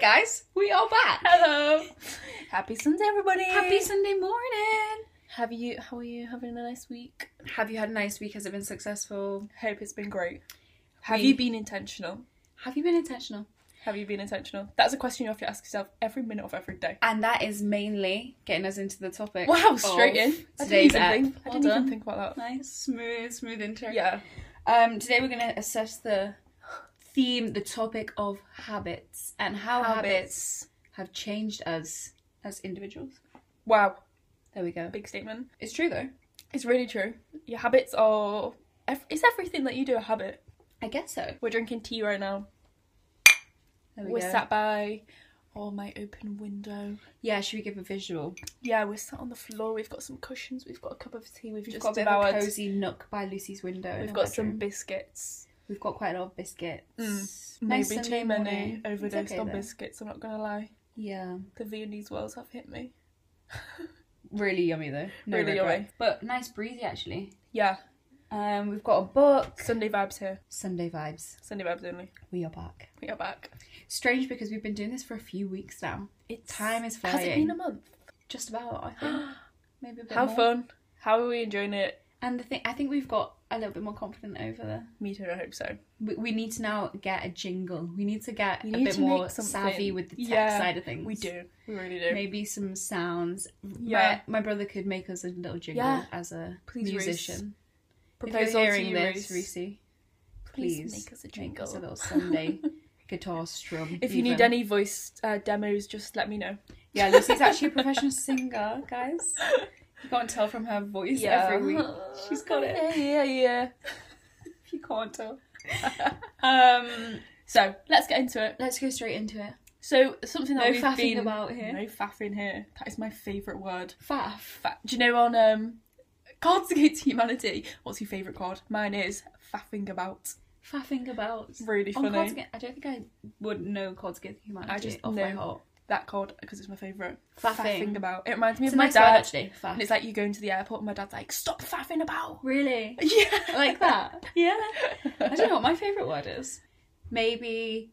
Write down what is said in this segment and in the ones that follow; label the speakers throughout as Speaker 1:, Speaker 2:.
Speaker 1: guys. We are back.
Speaker 2: Hello. Happy Sunday, everybody.
Speaker 1: Happy Sunday morning.
Speaker 2: Have you? How are you having a nice week?
Speaker 1: Have you had a nice week? Has it been successful?
Speaker 2: Hope it's been great. Have
Speaker 1: We-
Speaker 2: you been intentional?
Speaker 1: Have you been intentional?
Speaker 2: Have you been intentional? That's a question you have to ask yourself every minute of every day.
Speaker 1: And that is mainly getting us into the topic.
Speaker 2: Wow, straight
Speaker 1: of
Speaker 2: in. I didn't
Speaker 1: today's
Speaker 2: even
Speaker 1: ep.
Speaker 2: think. I
Speaker 1: Well
Speaker 2: didn't
Speaker 1: done.
Speaker 2: even think about that.
Speaker 1: Nice, smooth, smooth intro.
Speaker 2: Yeah.
Speaker 1: Um, today we're gonna assess the theme, the topic of habits and how habits have changed us as individuals.
Speaker 2: Wow.
Speaker 1: There we go.
Speaker 2: Big statement.
Speaker 1: It's true though.
Speaker 2: It's really true. Your habits are. ev- It's everything that you do a habit.
Speaker 1: I guess so.
Speaker 2: We're drinking tea right now.
Speaker 1: There we
Speaker 2: We are
Speaker 1: go.
Speaker 2: sat by. Oh, my open window.
Speaker 1: Yeah, should we give a visual?
Speaker 2: Yeah, we're sat on the floor. We've got some cushions. We've got a cup of tea. We've,
Speaker 1: We've
Speaker 2: just
Speaker 1: got a bit
Speaker 2: devoured.
Speaker 1: of a cozy nook by Lucy's window. in
Speaker 2: We've
Speaker 1: her
Speaker 2: got some
Speaker 1: bedroom.
Speaker 2: biscuits.
Speaker 1: We've got quite a lot of biscuits. Nice
Speaker 2: Mm. Maybe
Speaker 1: Sunday
Speaker 2: too many
Speaker 1: morning. It's
Speaker 2: overdosed
Speaker 1: okay
Speaker 2: on
Speaker 1: though.
Speaker 2: biscuits. I'm not gonna lie.
Speaker 1: Yeah,
Speaker 2: The Viennese wells have hit me.
Speaker 1: really yummy though. No
Speaker 2: Really
Speaker 1: regret.
Speaker 2: yummy.
Speaker 1: but nice breezy actually.
Speaker 2: Yeah,
Speaker 1: Um, we've got a book.
Speaker 2: Sunday vibes here.
Speaker 1: Sunday vibes.
Speaker 2: Sunday vibes only.
Speaker 1: We are back.
Speaker 2: We are back.
Speaker 1: Strange because we've been doing this for a few weeks now.
Speaker 2: It's
Speaker 1: Time is
Speaker 2: Has it
Speaker 1: flying.
Speaker 2: been a month?
Speaker 1: Just about, I think. Maybe a bit
Speaker 2: How
Speaker 1: more.
Speaker 2: fun. How are we enjoying it?
Speaker 1: And the thing, I think we've got a little bit more confident over the
Speaker 2: Me too. I hope so.
Speaker 1: we, we need to now get a jingle. We need to get
Speaker 2: We
Speaker 1: a
Speaker 2: need
Speaker 1: bit
Speaker 2: to
Speaker 1: more
Speaker 2: make something.
Speaker 1: savvy with the tech
Speaker 2: Yeah,
Speaker 1: side of things.
Speaker 2: We do. We really do.
Speaker 1: Maybe some sounds.
Speaker 2: Yeah.
Speaker 1: My, my brother could make us a little jingle
Speaker 2: Yeah.
Speaker 1: as a
Speaker 2: Please, Reese.
Speaker 1: musician. if
Speaker 2: Proposal
Speaker 1: you're
Speaker 2: to
Speaker 1: hearing
Speaker 2: you,
Speaker 1: this,
Speaker 2: Reese.
Speaker 1: Reese,
Speaker 2: Please
Speaker 1: please
Speaker 2: make us a
Speaker 1: make us a
Speaker 2: jingle.
Speaker 1: little Sunday guitar strum.
Speaker 2: If you need
Speaker 1: even.
Speaker 2: any voice uh, demos, just let me know.
Speaker 1: yeah, Lucy's actually a professional singer, guys. You can't tell from her voice every week. She's got it.
Speaker 2: Yeah, yeah, yeah.
Speaker 1: If you can't tell.
Speaker 2: Um, so let's get into it.
Speaker 1: Let's go straight into it.
Speaker 2: So something that
Speaker 1: No
Speaker 2: we've
Speaker 1: faffing
Speaker 2: been
Speaker 1: about here.
Speaker 2: No faffing here. That is my favourite word.
Speaker 1: Faff.
Speaker 2: Fa- Do you know on um, Cards Against Humanity? What's your favourite card? Mine is faffing about.
Speaker 1: Faffing about.
Speaker 2: Really
Speaker 1: On
Speaker 2: funny
Speaker 1: Cards Against, I don't think I would know Cards Against Humanity
Speaker 2: I just
Speaker 1: off my
Speaker 2: know.
Speaker 1: heart.
Speaker 2: that card because it's my favourite.
Speaker 1: Faffing.
Speaker 2: about. It reminds me
Speaker 1: It's a
Speaker 2: of my
Speaker 1: nice word,
Speaker 2: dad.
Speaker 1: actually. Faff.
Speaker 2: and it's like you going to the airport and my dad's like, stop faffing about.
Speaker 1: really?
Speaker 2: Yeah,
Speaker 1: like that? yeah. I don't know what my favourite word is. Maybe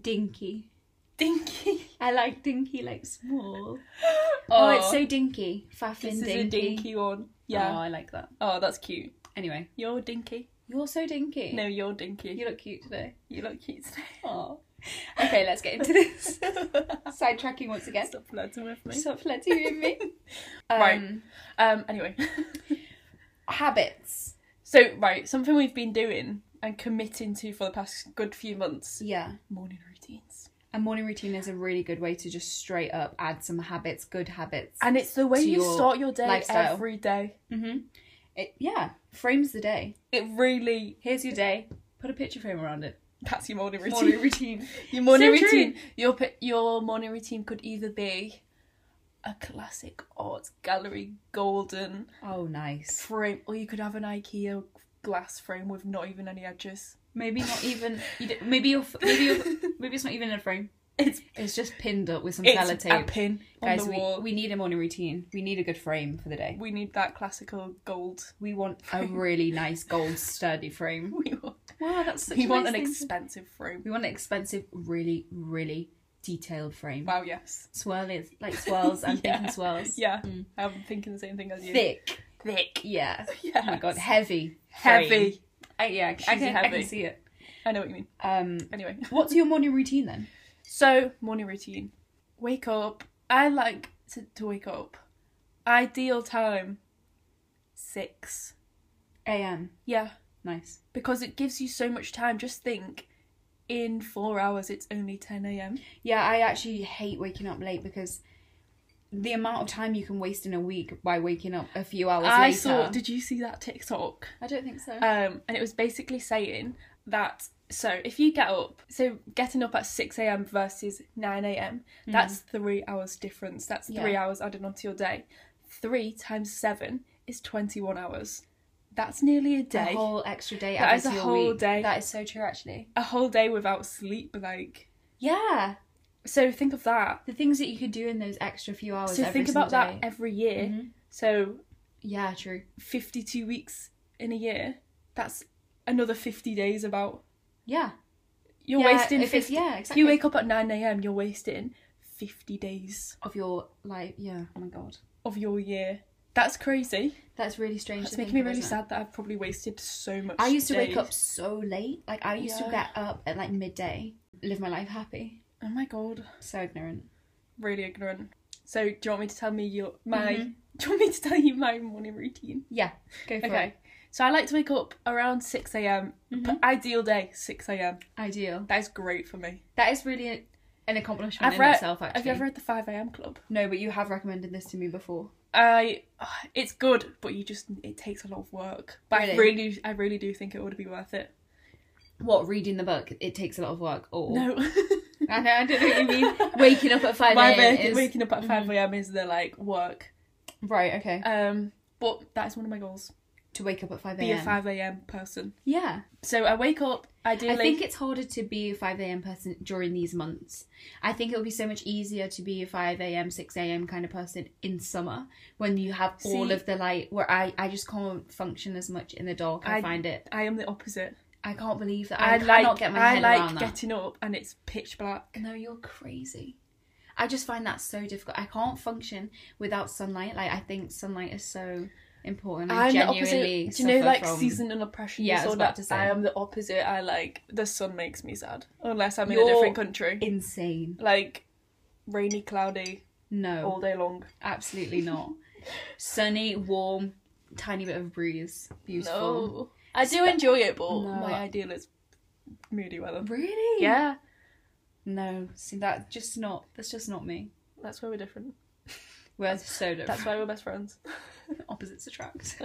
Speaker 1: dinky.
Speaker 2: Dinky.
Speaker 1: I like dinky, like small.
Speaker 2: Oh,
Speaker 1: Oh, it's so dinky. Faffing
Speaker 2: this
Speaker 1: dinky.
Speaker 2: is a dinky one.
Speaker 1: Oh,
Speaker 2: Yeah.
Speaker 1: I like that.
Speaker 2: Oh, that's cute.
Speaker 1: Anyway,
Speaker 2: You're dinky.
Speaker 1: you're so dinky.
Speaker 2: No, you're dinky.
Speaker 1: You look cute today.
Speaker 2: You look cute today.
Speaker 1: Oh. Okay, let's get into this. Sidetracking once again.
Speaker 2: Stop flirting with me.
Speaker 1: Stop flirting with me.
Speaker 2: Right.
Speaker 1: Um,
Speaker 2: Um. Anyway,
Speaker 1: Habits.
Speaker 2: so right, something we've been doing and committing to for the past good few months:
Speaker 1: Yeah.
Speaker 2: morning routines.
Speaker 1: A morning routine is a really good way to just straight up add some habits, good habits.
Speaker 2: And it's the way
Speaker 1: To
Speaker 2: you
Speaker 1: your
Speaker 2: start your day
Speaker 1: lifestyle.
Speaker 2: every day.
Speaker 1: Mm-hmm. It yeah frames the day.
Speaker 2: It really
Speaker 1: Here's your day. Put a picture frame around it.
Speaker 2: that's your morning routine.
Speaker 1: Morning routine.
Speaker 2: Your morning
Speaker 1: So true.
Speaker 2: routine. Your pi- your morning routine could either be a classic art gallery golden
Speaker 1: Oh, nice.
Speaker 2: frame, or you could have an IKEA glass frame with not even any edges.
Speaker 1: Maybe not even. You d maybe you're. f- Maybe you're, maybe it's not even in a frame.
Speaker 2: It's
Speaker 1: It's just pinned up with some
Speaker 2: it's a
Speaker 1: sellotape.
Speaker 2: pin on
Speaker 1: Guys,
Speaker 2: the
Speaker 1: we,
Speaker 2: wall.
Speaker 1: we need a morning routine. We need a good frame for the day.
Speaker 2: We need that classical gold.
Speaker 1: We want a really nice gold sturdy frame.
Speaker 2: We want,
Speaker 1: Wow, that's such
Speaker 2: we want an
Speaker 1: an
Speaker 2: expensive frame.
Speaker 1: we want an expensive, really, really detailed frame.
Speaker 2: Wow, yes.
Speaker 1: Swirl is like swirls. I'm
Speaker 2: Yeah.
Speaker 1: thinking swirls.
Speaker 2: Yeah, I'm thinking the same thing as you.
Speaker 1: Thick.
Speaker 2: Thick.
Speaker 1: Yeah.
Speaker 2: Yeah.
Speaker 1: Oh my god, heavy.
Speaker 2: Heavy.
Speaker 1: frame. I, yeah, I can, I
Speaker 2: heavy.
Speaker 1: can see it.
Speaker 2: I know what you mean.
Speaker 1: Um,
Speaker 2: Anyway.
Speaker 1: what's your morning routine then?
Speaker 2: So, morning routine. Wake up. I like to, to wake up. Ideal time, six.
Speaker 1: A.M.
Speaker 2: Yeah,
Speaker 1: Nice.
Speaker 2: because it gives you so much time. Just think, in four hours, it's only 10 a.m.
Speaker 1: Yeah, I actually hate waking up late because the amount of time you can waste in a week by waking up a few hours
Speaker 2: I
Speaker 1: later.
Speaker 2: saw, did you see that TikTok?
Speaker 1: I don't think so.
Speaker 2: Um, and it was basically saying that so if you get up, so getting up at six a.m. versus nine a.m. That's three hours difference. That's three
Speaker 1: Mm. Yeah.
Speaker 2: hours added onto your day. Three times seven is twenty-one hours. That's nearly a
Speaker 1: a
Speaker 2: day. A whole,
Speaker 1: whole extra day.
Speaker 2: That
Speaker 1: added
Speaker 2: is a
Speaker 1: to your
Speaker 2: whole
Speaker 1: week.
Speaker 2: day.
Speaker 1: That is so true, actually.
Speaker 2: day without sleep. Like
Speaker 1: Yeah,
Speaker 2: so, think of that.
Speaker 1: the things that you could do in those extra few hours.
Speaker 2: So
Speaker 1: every
Speaker 2: think about
Speaker 1: single
Speaker 2: that
Speaker 1: day.
Speaker 2: every year.
Speaker 1: Mhm.
Speaker 2: So
Speaker 1: Yeah, true.
Speaker 2: fifty-two weeks in a year. That's another fifty days. About
Speaker 1: Yeah,
Speaker 2: You're
Speaker 1: Yeah,
Speaker 2: wasting.
Speaker 1: if it's-
Speaker 2: 50
Speaker 1: yeah,
Speaker 2: If you
Speaker 1: exactly.
Speaker 2: wake up at nine a.m., you're wasting fifty days
Speaker 1: of your life. Yeah. Oh my god.
Speaker 2: of your year. That's crazy.
Speaker 1: That's really strange.
Speaker 2: That's
Speaker 1: to think
Speaker 2: making me
Speaker 1: of,
Speaker 2: really
Speaker 1: isn't it?
Speaker 2: sad that I've probably wasted so much.
Speaker 1: I used to wake
Speaker 2: days.
Speaker 1: up so late. Like I used to
Speaker 2: Yeah.
Speaker 1: get up at like midday, live my life happy.
Speaker 2: Oh my god,
Speaker 1: So ignorant.
Speaker 2: really ignorant. So do you want me to tell me your my?
Speaker 1: Mhm.
Speaker 2: Do you want me to tell you my morning routine?
Speaker 1: Yeah. Go for
Speaker 2: Okay.
Speaker 1: it.
Speaker 2: So I like to wake up around six a.m.
Speaker 1: Mhm.
Speaker 2: Ideal day, six a.m.
Speaker 1: Ideal.
Speaker 2: That is great for me.
Speaker 1: That is really an accomplishment
Speaker 2: I've
Speaker 1: in
Speaker 2: read-
Speaker 1: itself. Actually.
Speaker 2: Have you ever read the five a.m. club?
Speaker 1: No, but you have recommended this to me before.
Speaker 2: I, it's good, but you just it takes a lot of work. But I
Speaker 1: Really?
Speaker 2: really, I really do think it would be worth it.
Speaker 1: What reading the book? It takes a lot of work. Or
Speaker 2: No,
Speaker 1: I know. I don't know what you mean. Waking up at five
Speaker 2: My
Speaker 1: a.m.
Speaker 2: wake-
Speaker 1: is Mm-hmm.
Speaker 2: waking up at five a.m. is the like work.
Speaker 1: right. Okay.
Speaker 2: Um, but that is one of my goals.
Speaker 1: Uh, to wake up at five a.m.
Speaker 2: Be a five a.m. person.
Speaker 1: Yeah.
Speaker 2: So I wake up ideally.
Speaker 1: I think it's harder to be a 5 a.m. person during these months. I think it'll be so much easier to be a 5 a.m., 6 a.m. kind of person in summer when you have all
Speaker 2: See-
Speaker 1: of the light. Where I, I just can't function as much in the dark. I,
Speaker 2: I-
Speaker 1: find it.
Speaker 2: I am the opposite.
Speaker 1: I can't believe that. I,
Speaker 2: I,
Speaker 1: cannot
Speaker 2: like
Speaker 1: get my
Speaker 2: I
Speaker 1: head
Speaker 2: like
Speaker 1: around
Speaker 2: getting up and it's pitch black.
Speaker 1: that. No, you're crazy. I just find that so difficult. I can't function without sunlight. Like I think sunlight is so important. I
Speaker 2: I'm the
Speaker 1: genuinely
Speaker 2: opposite. Do you know
Speaker 1: suffer
Speaker 2: like
Speaker 1: from-
Speaker 2: seasonal oppression?
Speaker 1: Yeah, I was
Speaker 2: disorder?
Speaker 1: about to say.
Speaker 2: I am the opposite. I like the sun makes me sad unless I'm in
Speaker 1: You're-
Speaker 2: a different country.
Speaker 1: insane.
Speaker 2: Like rainy, cloudy
Speaker 1: No,
Speaker 2: all day long.
Speaker 1: absolutely not. Sunny, warm, tiny bit of breeze. Beautiful.
Speaker 2: No, I do enjoy it, but
Speaker 1: No.
Speaker 2: my ideal is moody weather.
Speaker 1: Really?
Speaker 2: Yeah,
Speaker 1: No, see that just not that's just not me.
Speaker 2: that's why we're different.
Speaker 1: We're so different.
Speaker 2: That's why we're best friends.
Speaker 1: opposites attract.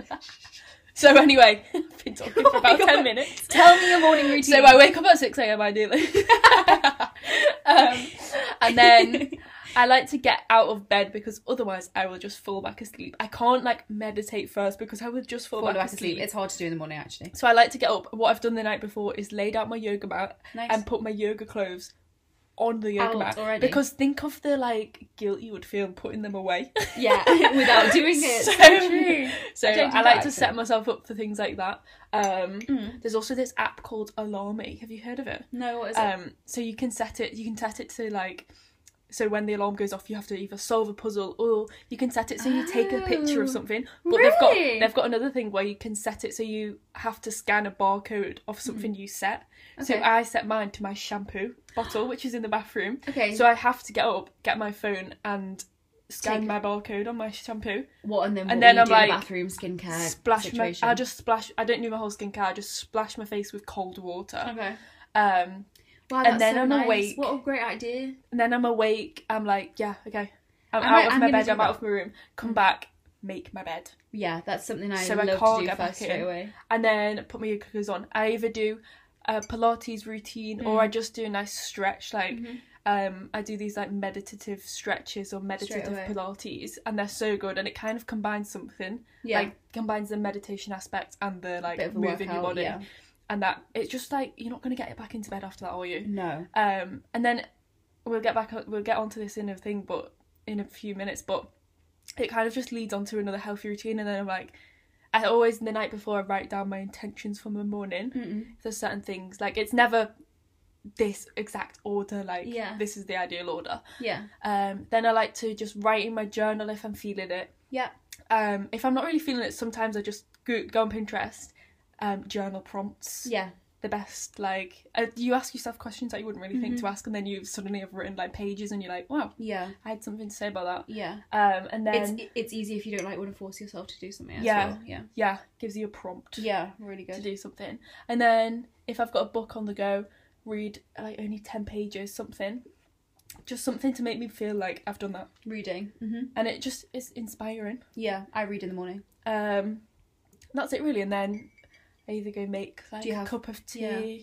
Speaker 2: So anyway, I've been talking for
Speaker 1: Oh my
Speaker 2: about ten
Speaker 1: God.
Speaker 2: minutes.
Speaker 1: Tell me your morning routine.
Speaker 2: So I wake up at six a.m. ideally, um, and then I like to get out of bed because otherwise I will just fall back asleep. I can't like meditate first because I would just fall,
Speaker 1: fall
Speaker 2: back,
Speaker 1: back
Speaker 2: asleep.
Speaker 1: asleep. It's hard to do in the morning actually.
Speaker 2: So I like to get up. What I've done the night before is laid out my yoga mat
Speaker 1: Nice.
Speaker 2: and put my yoga clothes on the yoga
Speaker 1: Out
Speaker 2: mat
Speaker 1: already?
Speaker 2: because think of the like guilt you would feel putting them away.
Speaker 1: yeah, without doing it.
Speaker 2: So, so
Speaker 1: Don't do that,
Speaker 2: I like to
Speaker 1: actually.
Speaker 2: set myself up for things like that. Um,
Speaker 1: Mm.
Speaker 2: There's also this app called Alarmy. Have you heard of it?
Speaker 1: No, what is it?
Speaker 2: Um, so you can set it. You can set it to like. So when the alarm goes off, you have to either solve a puzzle or you can set it so you take a picture of
Speaker 1: Oh,
Speaker 2: something. But they've got
Speaker 1: really?
Speaker 2: they've got another thing where you can set it so you have to scan a barcode of something you set. So
Speaker 1: Mm-hmm. Okay.
Speaker 2: I set mine to my shampoo bottle, which is in the bathroom.
Speaker 1: Okay.
Speaker 2: So I have to get up, get my phone, and scan
Speaker 1: Take-
Speaker 2: my barcode on my shampoo.
Speaker 1: what and then what
Speaker 2: and then
Speaker 1: you
Speaker 2: I'm
Speaker 1: do in the
Speaker 2: like,
Speaker 1: bathroom skincare
Speaker 2: splash
Speaker 1: Uh, situation.
Speaker 2: my. I just splash. I don't do my whole skincare. I just splash my face with cold water.
Speaker 1: Okay.
Speaker 2: Um,
Speaker 1: Wow,
Speaker 2: and
Speaker 1: that's
Speaker 2: then
Speaker 1: so
Speaker 2: I'm
Speaker 1: nice.
Speaker 2: awake.
Speaker 1: What a great idea.
Speaker 2: and then I'm awake. I'm like, yeah, okay. I'm
Speaker 1: I
Speaker 2: out
Speaker 1: might-
Speaker 2: of
Speaker 1: I'm
Speaker 2: my
Speaker 1: gonna
Speaker 2: bed.
Speaker 1: do
Speaker 2: I'm out
Speaker 1: that.
Speaker 2: of my room.
Speaker 1: Mm.
Speaker 2: Come back, make my bed,
Speaker 1: Yeah, that's something I
Speaker 2: So I
Speaker 1: love
Speaker 2: can't
Speaker 1: to do
Speaker 2: get back
Speaker 1: first straight
Speaker 2: in.
Speaker 1: away.
Speaker 2: and then put my yoga clothes on. I either do a Pilates routine or I
Speaker 1: Mm.
Speaker 2: just do a nice stretch. Like,
Speaker 1: Mm-hmm.
Speaker 2: um, I do these like meditative stretches or meditative
Speaker 1: away.
Speaker 2: Pilates, and they're so good. And it kind of combines something.
Speaker 1: Yeah.
Speaker 2: Like combines the meditation aspect and the like
Speaker 1: Bit of a
Speaker 2: moving your
Speaker 1: workout,
Speaker 2: body.
Speaker 1: yeah.
Speaker 2: And that it's just like you're not gonna get back into bed after that, are you?
Speaker 1: No.
Speaker 2: Um, and then we'll get back. We'll get onto this in a thing, but in a few minutes. But it kind of just leads on to another healthy routine, and then I'm like, I always the night before I write down my intentions for my morning.
Speaker 1: Mm-mm.
Speaker 2: There's certain things like it's never this exact order. Like
Speaker 1: Yeah.
Speaker 2: this is the ideal order.
Speaker 1: Yeah.
Speaker 2: Um, then I like to just write in my journal if I'm feeling it.
Speaker 1: Yeah.
Speaker 2: Um, if I'm not really feeling it, sometimes I just go, go on Pinterest. Um, journal prompts
Speaker 1: Yeah.
Speaker 2: the best like uh, you ask yourself questions that you wouldn't really
Speaker 1: Mm-hmm.
Speaker 2: think to ask and then you suddenly have written like pages and you're like wow
Speaker 1: Yeah.
Speaker 2: i had something to say about
Speaker 1: Yeah.
Speaker 2: that um and then
Speaker 1: it's it's easy if you don't like want to force yourself to do something. As
Speaker 2: Yeah.
Speaker 1: yeah, well. yeah,
Speaker 2: yeah gives you a prompt
Speaker 1: e- yeah, really
Speaker 2: to
Speaker 1: good.
Speaker 2: do something and then if i've got a book on the go read like only 10 pages something just something to make me feel like i've done that
Speaker 1: Reading, mm-hmm.
Speaker 2: and it just is inspiring
Speaker 1: yeah, I read in the morning.
Speaker 2: um that's it really and then i either go make like
Speaker 1: you
Speaker 2: a
Speaker 1: have-
Speaker 2: cup of tea
Speaker 1: yeah.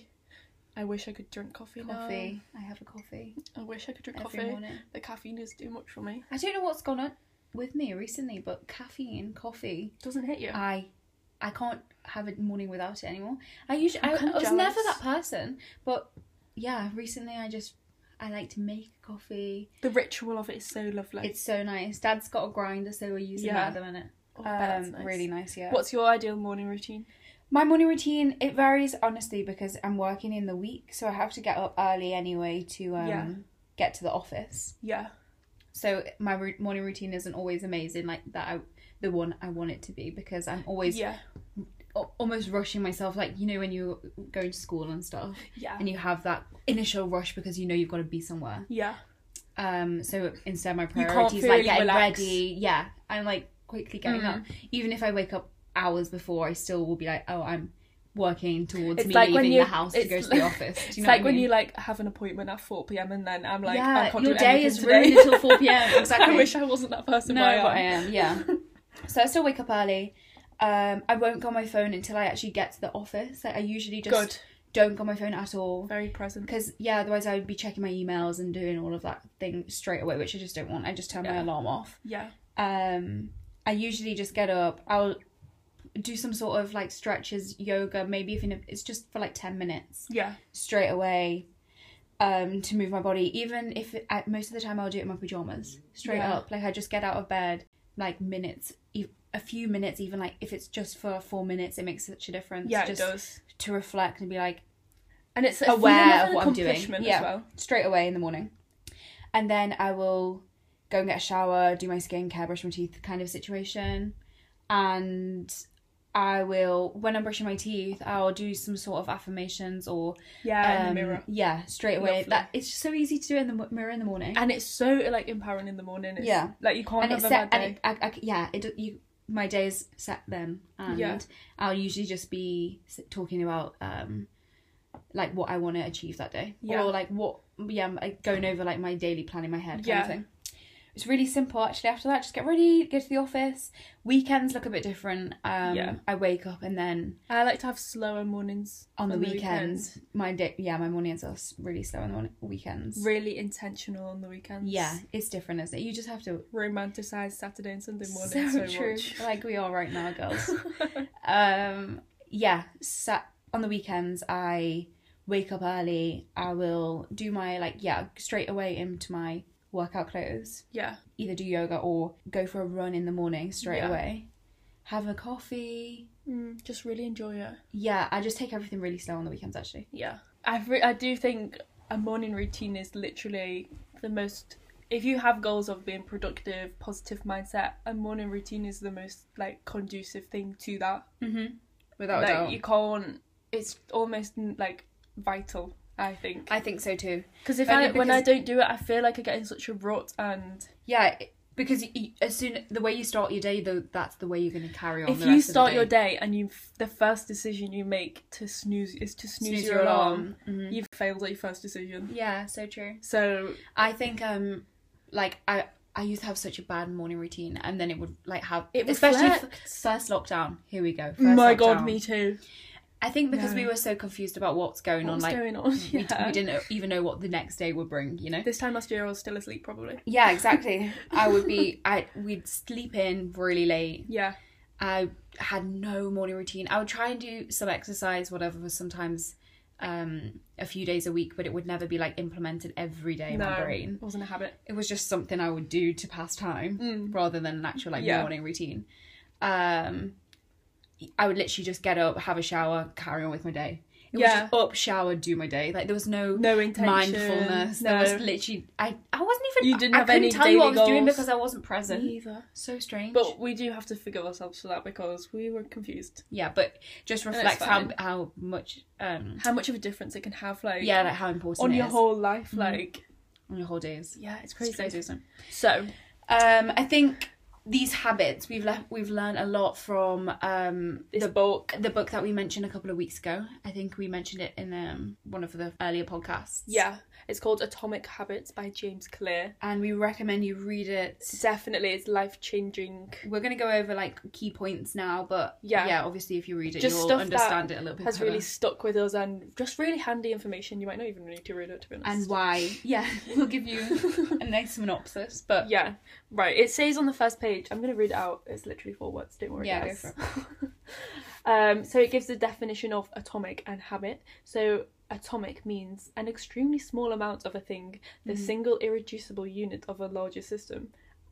Speaker 2: i wish i could drink coffee,
Speaker 1: Coffee, I have Oh. a coffee
Speaker 2: now i wish i could drink
Speaker 1: every
Speaker 2: coffee
Speaker 1: morning.
Speaker 2: the caffeine is too much for me
Speaker 1: I don't know what's gone on with me recently, but caffeine, coffee,
Speaker 2: doesn't hit you.
Speaker 1: I, I can't have a morning without it anymore. I usually,
Speaker 2: I'm
Speaker 1: I, I
Speaker 2: kinda
Speaker 1: was never
Speaker 2: jealous.
Speaker 1: that person, but yeah, recently I just. I like to make coffee.
Speaker 2: the ritual of it is so lovely.
Speaker 1: It's so nice. Dad's got a grinder, so we're using
Speaker 2: Yeah.
Speaker 1: that at the minute.
Speaker 2: Oh,
Speaker 1: um,
Speaker 2: that's nice.
Speaker 1: really nice. Yeah.
Speaker 2: What's your ideal morning routine?
Speaker 1: My morning routine it varies honestly because I'm working in the week, so I have to get up early anyway to um,
Speaker 2: Yeah.
Speaker 1: get to the office.
Speaker 2: Yeah.
Speaker 1: So my ru- morning routine isn't always amazing like that. I, the one I want it to be because I'm always
Speaker 2: Yeah.
Speaker 1: al- almost rushing myself. Like you know when you're going to school and stuff,
Speaker 2: Yeah.
Speaker 1: and you have that initial rush because you know you've got to be somewhere.
Speaker 2: Yeah.
Speaker 1: Um, so instead, my
Speaker 2: can't
Speaker 1: priority is like
Speaker 2: really Mm-hmm.
Speaker 1: getting
Speaker 2: relax.
Speaker 1: ready. Yeah, I'm like quickly getting up. Even if I wake up hours before, I still will be like, oh, I'm working towards
Speaker 2: It's
Speaker 1: me
Speaker 2: like when
Speaker 1: leaving
Speaker 2: you-
Speaker 1: the house to
Speaker 2: it's
Speaker 1: go to the
Speaker 2: li-
Speaker 1: office. Do you
Speaker 2: it's
Speaker 1: know what
Speaker 2: like
Speaker 1: I
Speaker 2: when
Speaker 1: mean?
Speaker 2: you like have an appointment at 4 p.m. and then I'm like, I
Speaker 1: yeah,
Speaker 2: can't
Speaker 1: your
Speaker 2: do
Speaker 1: day
Speaker 2: anything
Speaker 1: is
Speaker 2: today.
Speaker 1: ruined until four p.m. Exactly.
Speaker 2: I wish I wasn't that person.
Speaker 1: no,
Speaker 2: but I
Speaker 1: but I
Speaker 2: am.
Speaker 1: am. Yeah. so I still wake up early. Um, I won't go on my phone until I actually get to the office. Like, I usually just
Speaker 2: Good.
Speaker 1: don't go on my phone at all.
Speaker 2: Very present.
Speaker 1: Because yeah, otherwise I would be checking my emails and doing all of that thing straight away, which I just don't want. I just turn my
Speaker 2: Yeah.
Speaker 1: alarm off.
Speaker 2: Yeah.
Speaker 1: um i usually just get up i'll do some sort of like stretches yoga maybe even if it's just for like 10 minutes
Speaker 2: Yeah.
Speaker 1: straight away um to move my body even if it, I, most of the time i'll do it in my pajamas straight
Speaker 2: Yeah.
Speaker 1: up like i just get out of bed like minutes e- a few minutes even like if it's just for four minutes it makes such a difference
Speaker 2: Yeah,
Speaker 1: just
Speaker 2: it does.
Speaker 1: to reflect and be like
Speaker 2: And it's a feeling
Speaker 1: aware
Speaker 2: of,
Speaker 1: of
Speaker 2: an
Speaker 1: what I'm doing.
Speaker 2: accomplishment
Speaker 1: Yeah.
Speaker 2: as well.
Speaker 1: straight away in the morning. And then I will go and get a shower, do my skincare, brush my teeth kind of situation. And I will, when I'm brushing my teeth, I'll do some sort of affirmations or.
Speaker 2: Yeah, in
Speaker 1: um,
Speaker 2: the mirror.
Speaker 1: Yeah, straight away.
Speaker 2: Lovely.
Speaker 1: That It's just so easy to do in the mo- mirror in the morning.
Speaker 2: And it's so like empowering in the morning. It's,
Speaker 1: Yeah.
Speaker 2: Like you can't
Speaker 1: And
Speaker 2: have
Speaker 1: it's
Speaker 2: a
Speaker 1: set,
Speaker 2: bad
Speaker 1: and
Speaker 2: day.
Speaker 1: it, I, I, yeah, it, you, my day is set then. And
Speaker 2: Yeah.
Speaker 1: I'll usually just be s- talking about um, like what I want to achieve that day,
Speaker 2: Yeah.
Speaker 1: or like what yeah, I'm, like going over like my daily plan in my head kind
Speaker 2: Yeah.
Speaker 1: of thing. It's really simple actually. After that, just get ready, go to the office. Weekends look a bit different. Um,
Speaker 2: Yeah.
Speaker 1: I wake up and then
Speaker 2: I like to have slower mornings
Speaker 1: on, the, weekends, my day yeah, my mornings are s- really slow on the morning- weekends.
Speaker 2: Really intentional on the weekends.
Speaker 1: yeah, it's different, isn't it? You just have to.
Speaker 2: Romanticize Saturday and Sunday
Speaker 1: So,
Speaker 2: morning so,
Speaker 1: true,
Speaker 2: much.
Speaker 1: like we are right now, girls. um yeah sa on the weekends i wake up early i will do my like yeah straight away into my workout clothes
Speaker 2: yeah.
Speaker 1: either do yoga or go for a run in the morning straight
Speaker 2: Yeah.
Speaker 1: away have a coffee
Speaker 2: Mm, just really enjoy it.
Speaker 1: yeah i just take everything really slow on the weekends actually
Speaker 2: Yeah. I re- I do think a morning routine is literally the most if you have goals of being productive, positive mindset, a morning routine is the most like conducive thing to that.
Speaker 1: mm-hmm. without
Speaker 2: like you can't it's almost mm, like vital, I think.
Speaker 1: i think so too
Speaker 2: Cause if
Speaker 1: Only
Speaker 2: I when I
Speaker 1: because-
Speaker 2: don't do it, I feel like I get in such a rut and
Speaker 1: yeah it- because y y- as soon the way you start your day though that's the way you're going to carry on
Speaker 2: if
Speaker 1: the
Speaker 2: you
Speaker 1: rest of the
Speaker 2: start your
Speaker 1: day.
Speaker 2: day and you the first decision you make to snooze is to snooze, your, alarm,
Speaker 1: Mhm.
Speaker 2: you've failed at your first decision.
Speaker 1: yeah so true
Speaker 2: So
Speaker 1: I think um like I I used to have such a bad morning routine and then it would like have
Speaker 2: It
Speaker 1: especially f-
Speaker 2: reflects.
Speaker 1: first lockdown. Here we go. First
Speaker 2: my
Speaker 1: lockdown.
Speaker 2: god, me too.
Speaker 1: I think because
Speaker 2: No.
Speaker 1: we were so confused about what's going on
Speaker 2: What's
Speaker 1: like
Speaker 2: going on?
Speaker 1: we,
Speaker 2: Yeah.
Speaker 1: we didn't even know what the next day would bring, you know.
Speaker 2: This time last year, I was still asleep, probably.
Speaker 1: Yeah, exactly. I would be I we'd sleep in really late.
Speaker 2: Yeah,
Speaker 1: I had no morning routine. I would try and do some exercise whatever was sometimes um a few days a week, but it would never be like implemented every day in my brain.
Speaker 2: it wasn't a habit.
Speaker 1: it was just something I would do to pass time
Speaker 2: Mm.
Speaker 1: rather than an actual like
Speaker 2: Yeah.
Speaker 1: morning routine. Um, I would literally just get up, have a shower, carry on with my day. It
Speaker 2: Yeah.
Speaker 1: was just up, shower, do my day. Like there was no,
Speaker 2: No intention.
Speaker 1: mindfulness.
Speaker 2: No,
Speaker 1: There was literally I, I wasn't even
Speaker 2: You didn't
Speaker 1: I
Speaker 2: have
Speaker 1: couldn't
Speaker 2: any
Speaker 1: tell you what I was
Speaker 2: daily
Speaker 1: doing
Speaker 2: goals.
Speaker 1: because I wasn't present.
Speaker 2: either.
Speaker 1: So strange.
Speaker 2: But we do have to forgive ourselves for that because we were confused.
Speaker 1: yeah, but just
Speaker 2: it's
Speaker 1: reflects how
Speaker 2: fine.
Speaker 1: how much um
Speaker 2: How much of a difference it can have, like,
Speaker 1: yeah, like how important
Speaker 2: on
Speaker 1: it
Speaker 2: your
Speaker 1: is.
Speaker 2: whole life, like,
Speaker 1: on your whole days.
Speaker 2: yeah, it's
Speaker 1: It's
Speaker 2: crazy.
Speaker 1: crazy, isn't it?
Speaker 2: So,
Speaker 1: Um, I think these habits we've left we've learned a lot from um,
Speaker 2: this
Speaker 1: the
Speaker 2: bulk.
Speaker 1: the book that we mentioned a couple of weeks ago. I think we mentioned it in um, one of the earlier podcasts.
Speaker 2: Yeah, it's called Atomic Habits by James Clear.
Speaker 1: and we recommend you read it.
Speaker 2: Definitely, it's life changing.
Speaker 1: We're gonna go over like key points now, but
Speaker 2: Yeah.
Speaker 1: yeah, obviously if you read it,
Speaker 2: Just
Speaker 1: you'll
Speaker 2: stuff
Speaker 1: understand it a little bit
Speaker 2: Has
Speaker 1: better.
Speaker 2: really stuck with us and just really handy information. You might not even need to read it, to be honest.
Speaker 1: and why? Yeah, we'll give you a nice synopsis, but
Speaker 2: Yeah, right. It says on the first page. I'm gonna read it out. It's literally four words. Don't worry,
Speaker 1: Yeah,
Speaker 2: guys. um, so it gives the definition of atomic and habit. So atomic means an extremely small amount of a thing, the
Speaker 1: Mm-hmm.
Speaker 2: single irreducible unit of a larger system,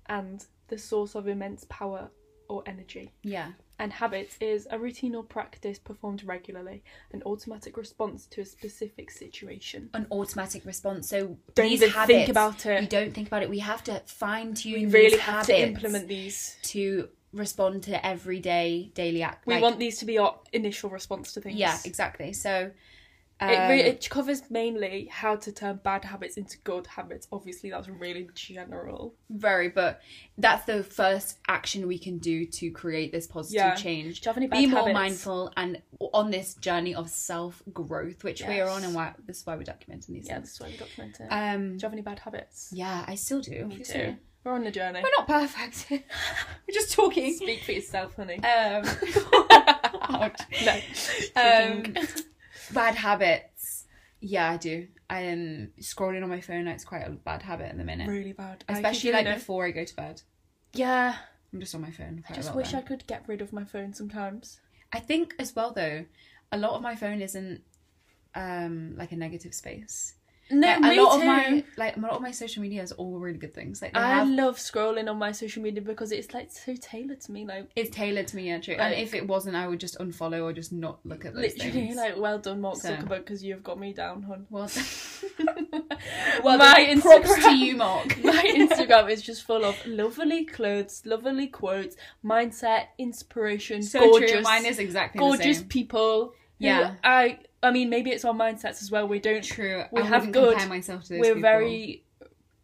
Speaker 2: and the source of immense power or energy.
Speaker 1: Yeah.
Speaker 2: And habit is a routine or practice performed regularly, an automatic response to a specific situation.
Speaker 1: An automatic response. So
Speaker 2: Don't
Speaker 1: these
Speaker 2: even
Speaker 1: habits,
Speaker 2: think about
Speaker 1: We
Speaker 2: it.
Speaker 1: don't think about it. We have to fine
Speaker 2: We
Speaker 1: tune.
Speaker 2: really
Speaker 1: these
Speaker 2: have
Speaker 1: habits
Speaker 2: to implement these.
Speaker 1: to respond to everyday daily act.
Speaker 2: We
Speaker 1: like-
Speaker 2: want these to be our initial response to things.
Speaker 1: Yeah, exactly. So. Um,
Speaker 2: It, re- it covers mainly how to turn bad habits into good habits. Obviously, that's really general.
Speaker 1: very, but that's the first action we can do to create this positive
Speaker 2: Yeah.
Speaker 1: change.
Speaker 2: Do you have any bad
Speaker 1: Be more
Speaker 2: habits?
Speaker 1: mindful and on this journey of self growth, which we are on,
Speaker 2: Yes.
Speaker 1: and why this is why we're documenting these
Speaker 2: Yeah,
Speaker 1: things.
Speaker 2: that's why we document it.
Speaker 1: Um,
Speaker 2: Do you have any bad habits?
Speaker 1: yeah, I still do.
Speaker 2: Me
Speaker 1: obviously.
Speaker 2: too. We're on the journey.
Speaker 1: We're not perfect. we're just talking.
Speaker 2: Speak for yourself, honey.
Speaker 1: Um,
Speaker 2: Ouch. No.
Speaker 1: um, bad habits. Yeah, I do. Um, scrolling on my phone, that's quite a bad habit at the minute.
Speaker 2: really bad. I keep
Speaker 1: Especially
Speaker 2: doing
Speaker 1: like
Speaker 2: it.
Speaker 1: before I go to bed.
Speaker 2: yeah.
Speaker 1: I'm just on my phone.
Speaker 2: I just wish I could get rid of my phone sometimes.
Speaker 1: I think as well though, a lot of my phone isn't um like a negative space.
Speaker 2: No,
Speaker 1: Like, a lot of my like a lot of my social media is all really good things. Like they
Speaker 2: I
Speaker 1: have
Speaker 2: love scrolling on my social media because it's like so tailored to me. Like
Speaker 1: it's tailored to me, yeah, true.
Speaker 2: Like-
Speaker 1: and if it wasn't, I would just unfollow or just not look at those
Speaker 2: literally,
Speaker 1: things.
Speaker 2: like well done, Mark
Speaker 1: So-
Speaker 2: Zuckerberg, because you've got me down, hon.
Speaker 1: well,
Speaker 2: well,
Speaker 1: my props to you, Mark.
Speaker 2: My Instagram is just full of lovely clothes, lovely quotes, mindset, inspiration,
Speaker 1: so
Speaker 2: gorgeous,
Speaker 1: true. Mine is exactly the
Speaker 2: gorgeous
Speaker 1: same.
Speaker 2: people. who
Speaker 1: Yeah.
Speaker 2: I I mean maybe it's our mindsets as well. We don't.
Speaker 1: True.
Speaker 2: We
Speaker 1: I
Speaker 2: have
Speaker 1: wouldn't
Speaker 2: good-
Speaker 1: compare myself to those
Speaker 2: We're
Speaker 1: people.
Speaker 2: very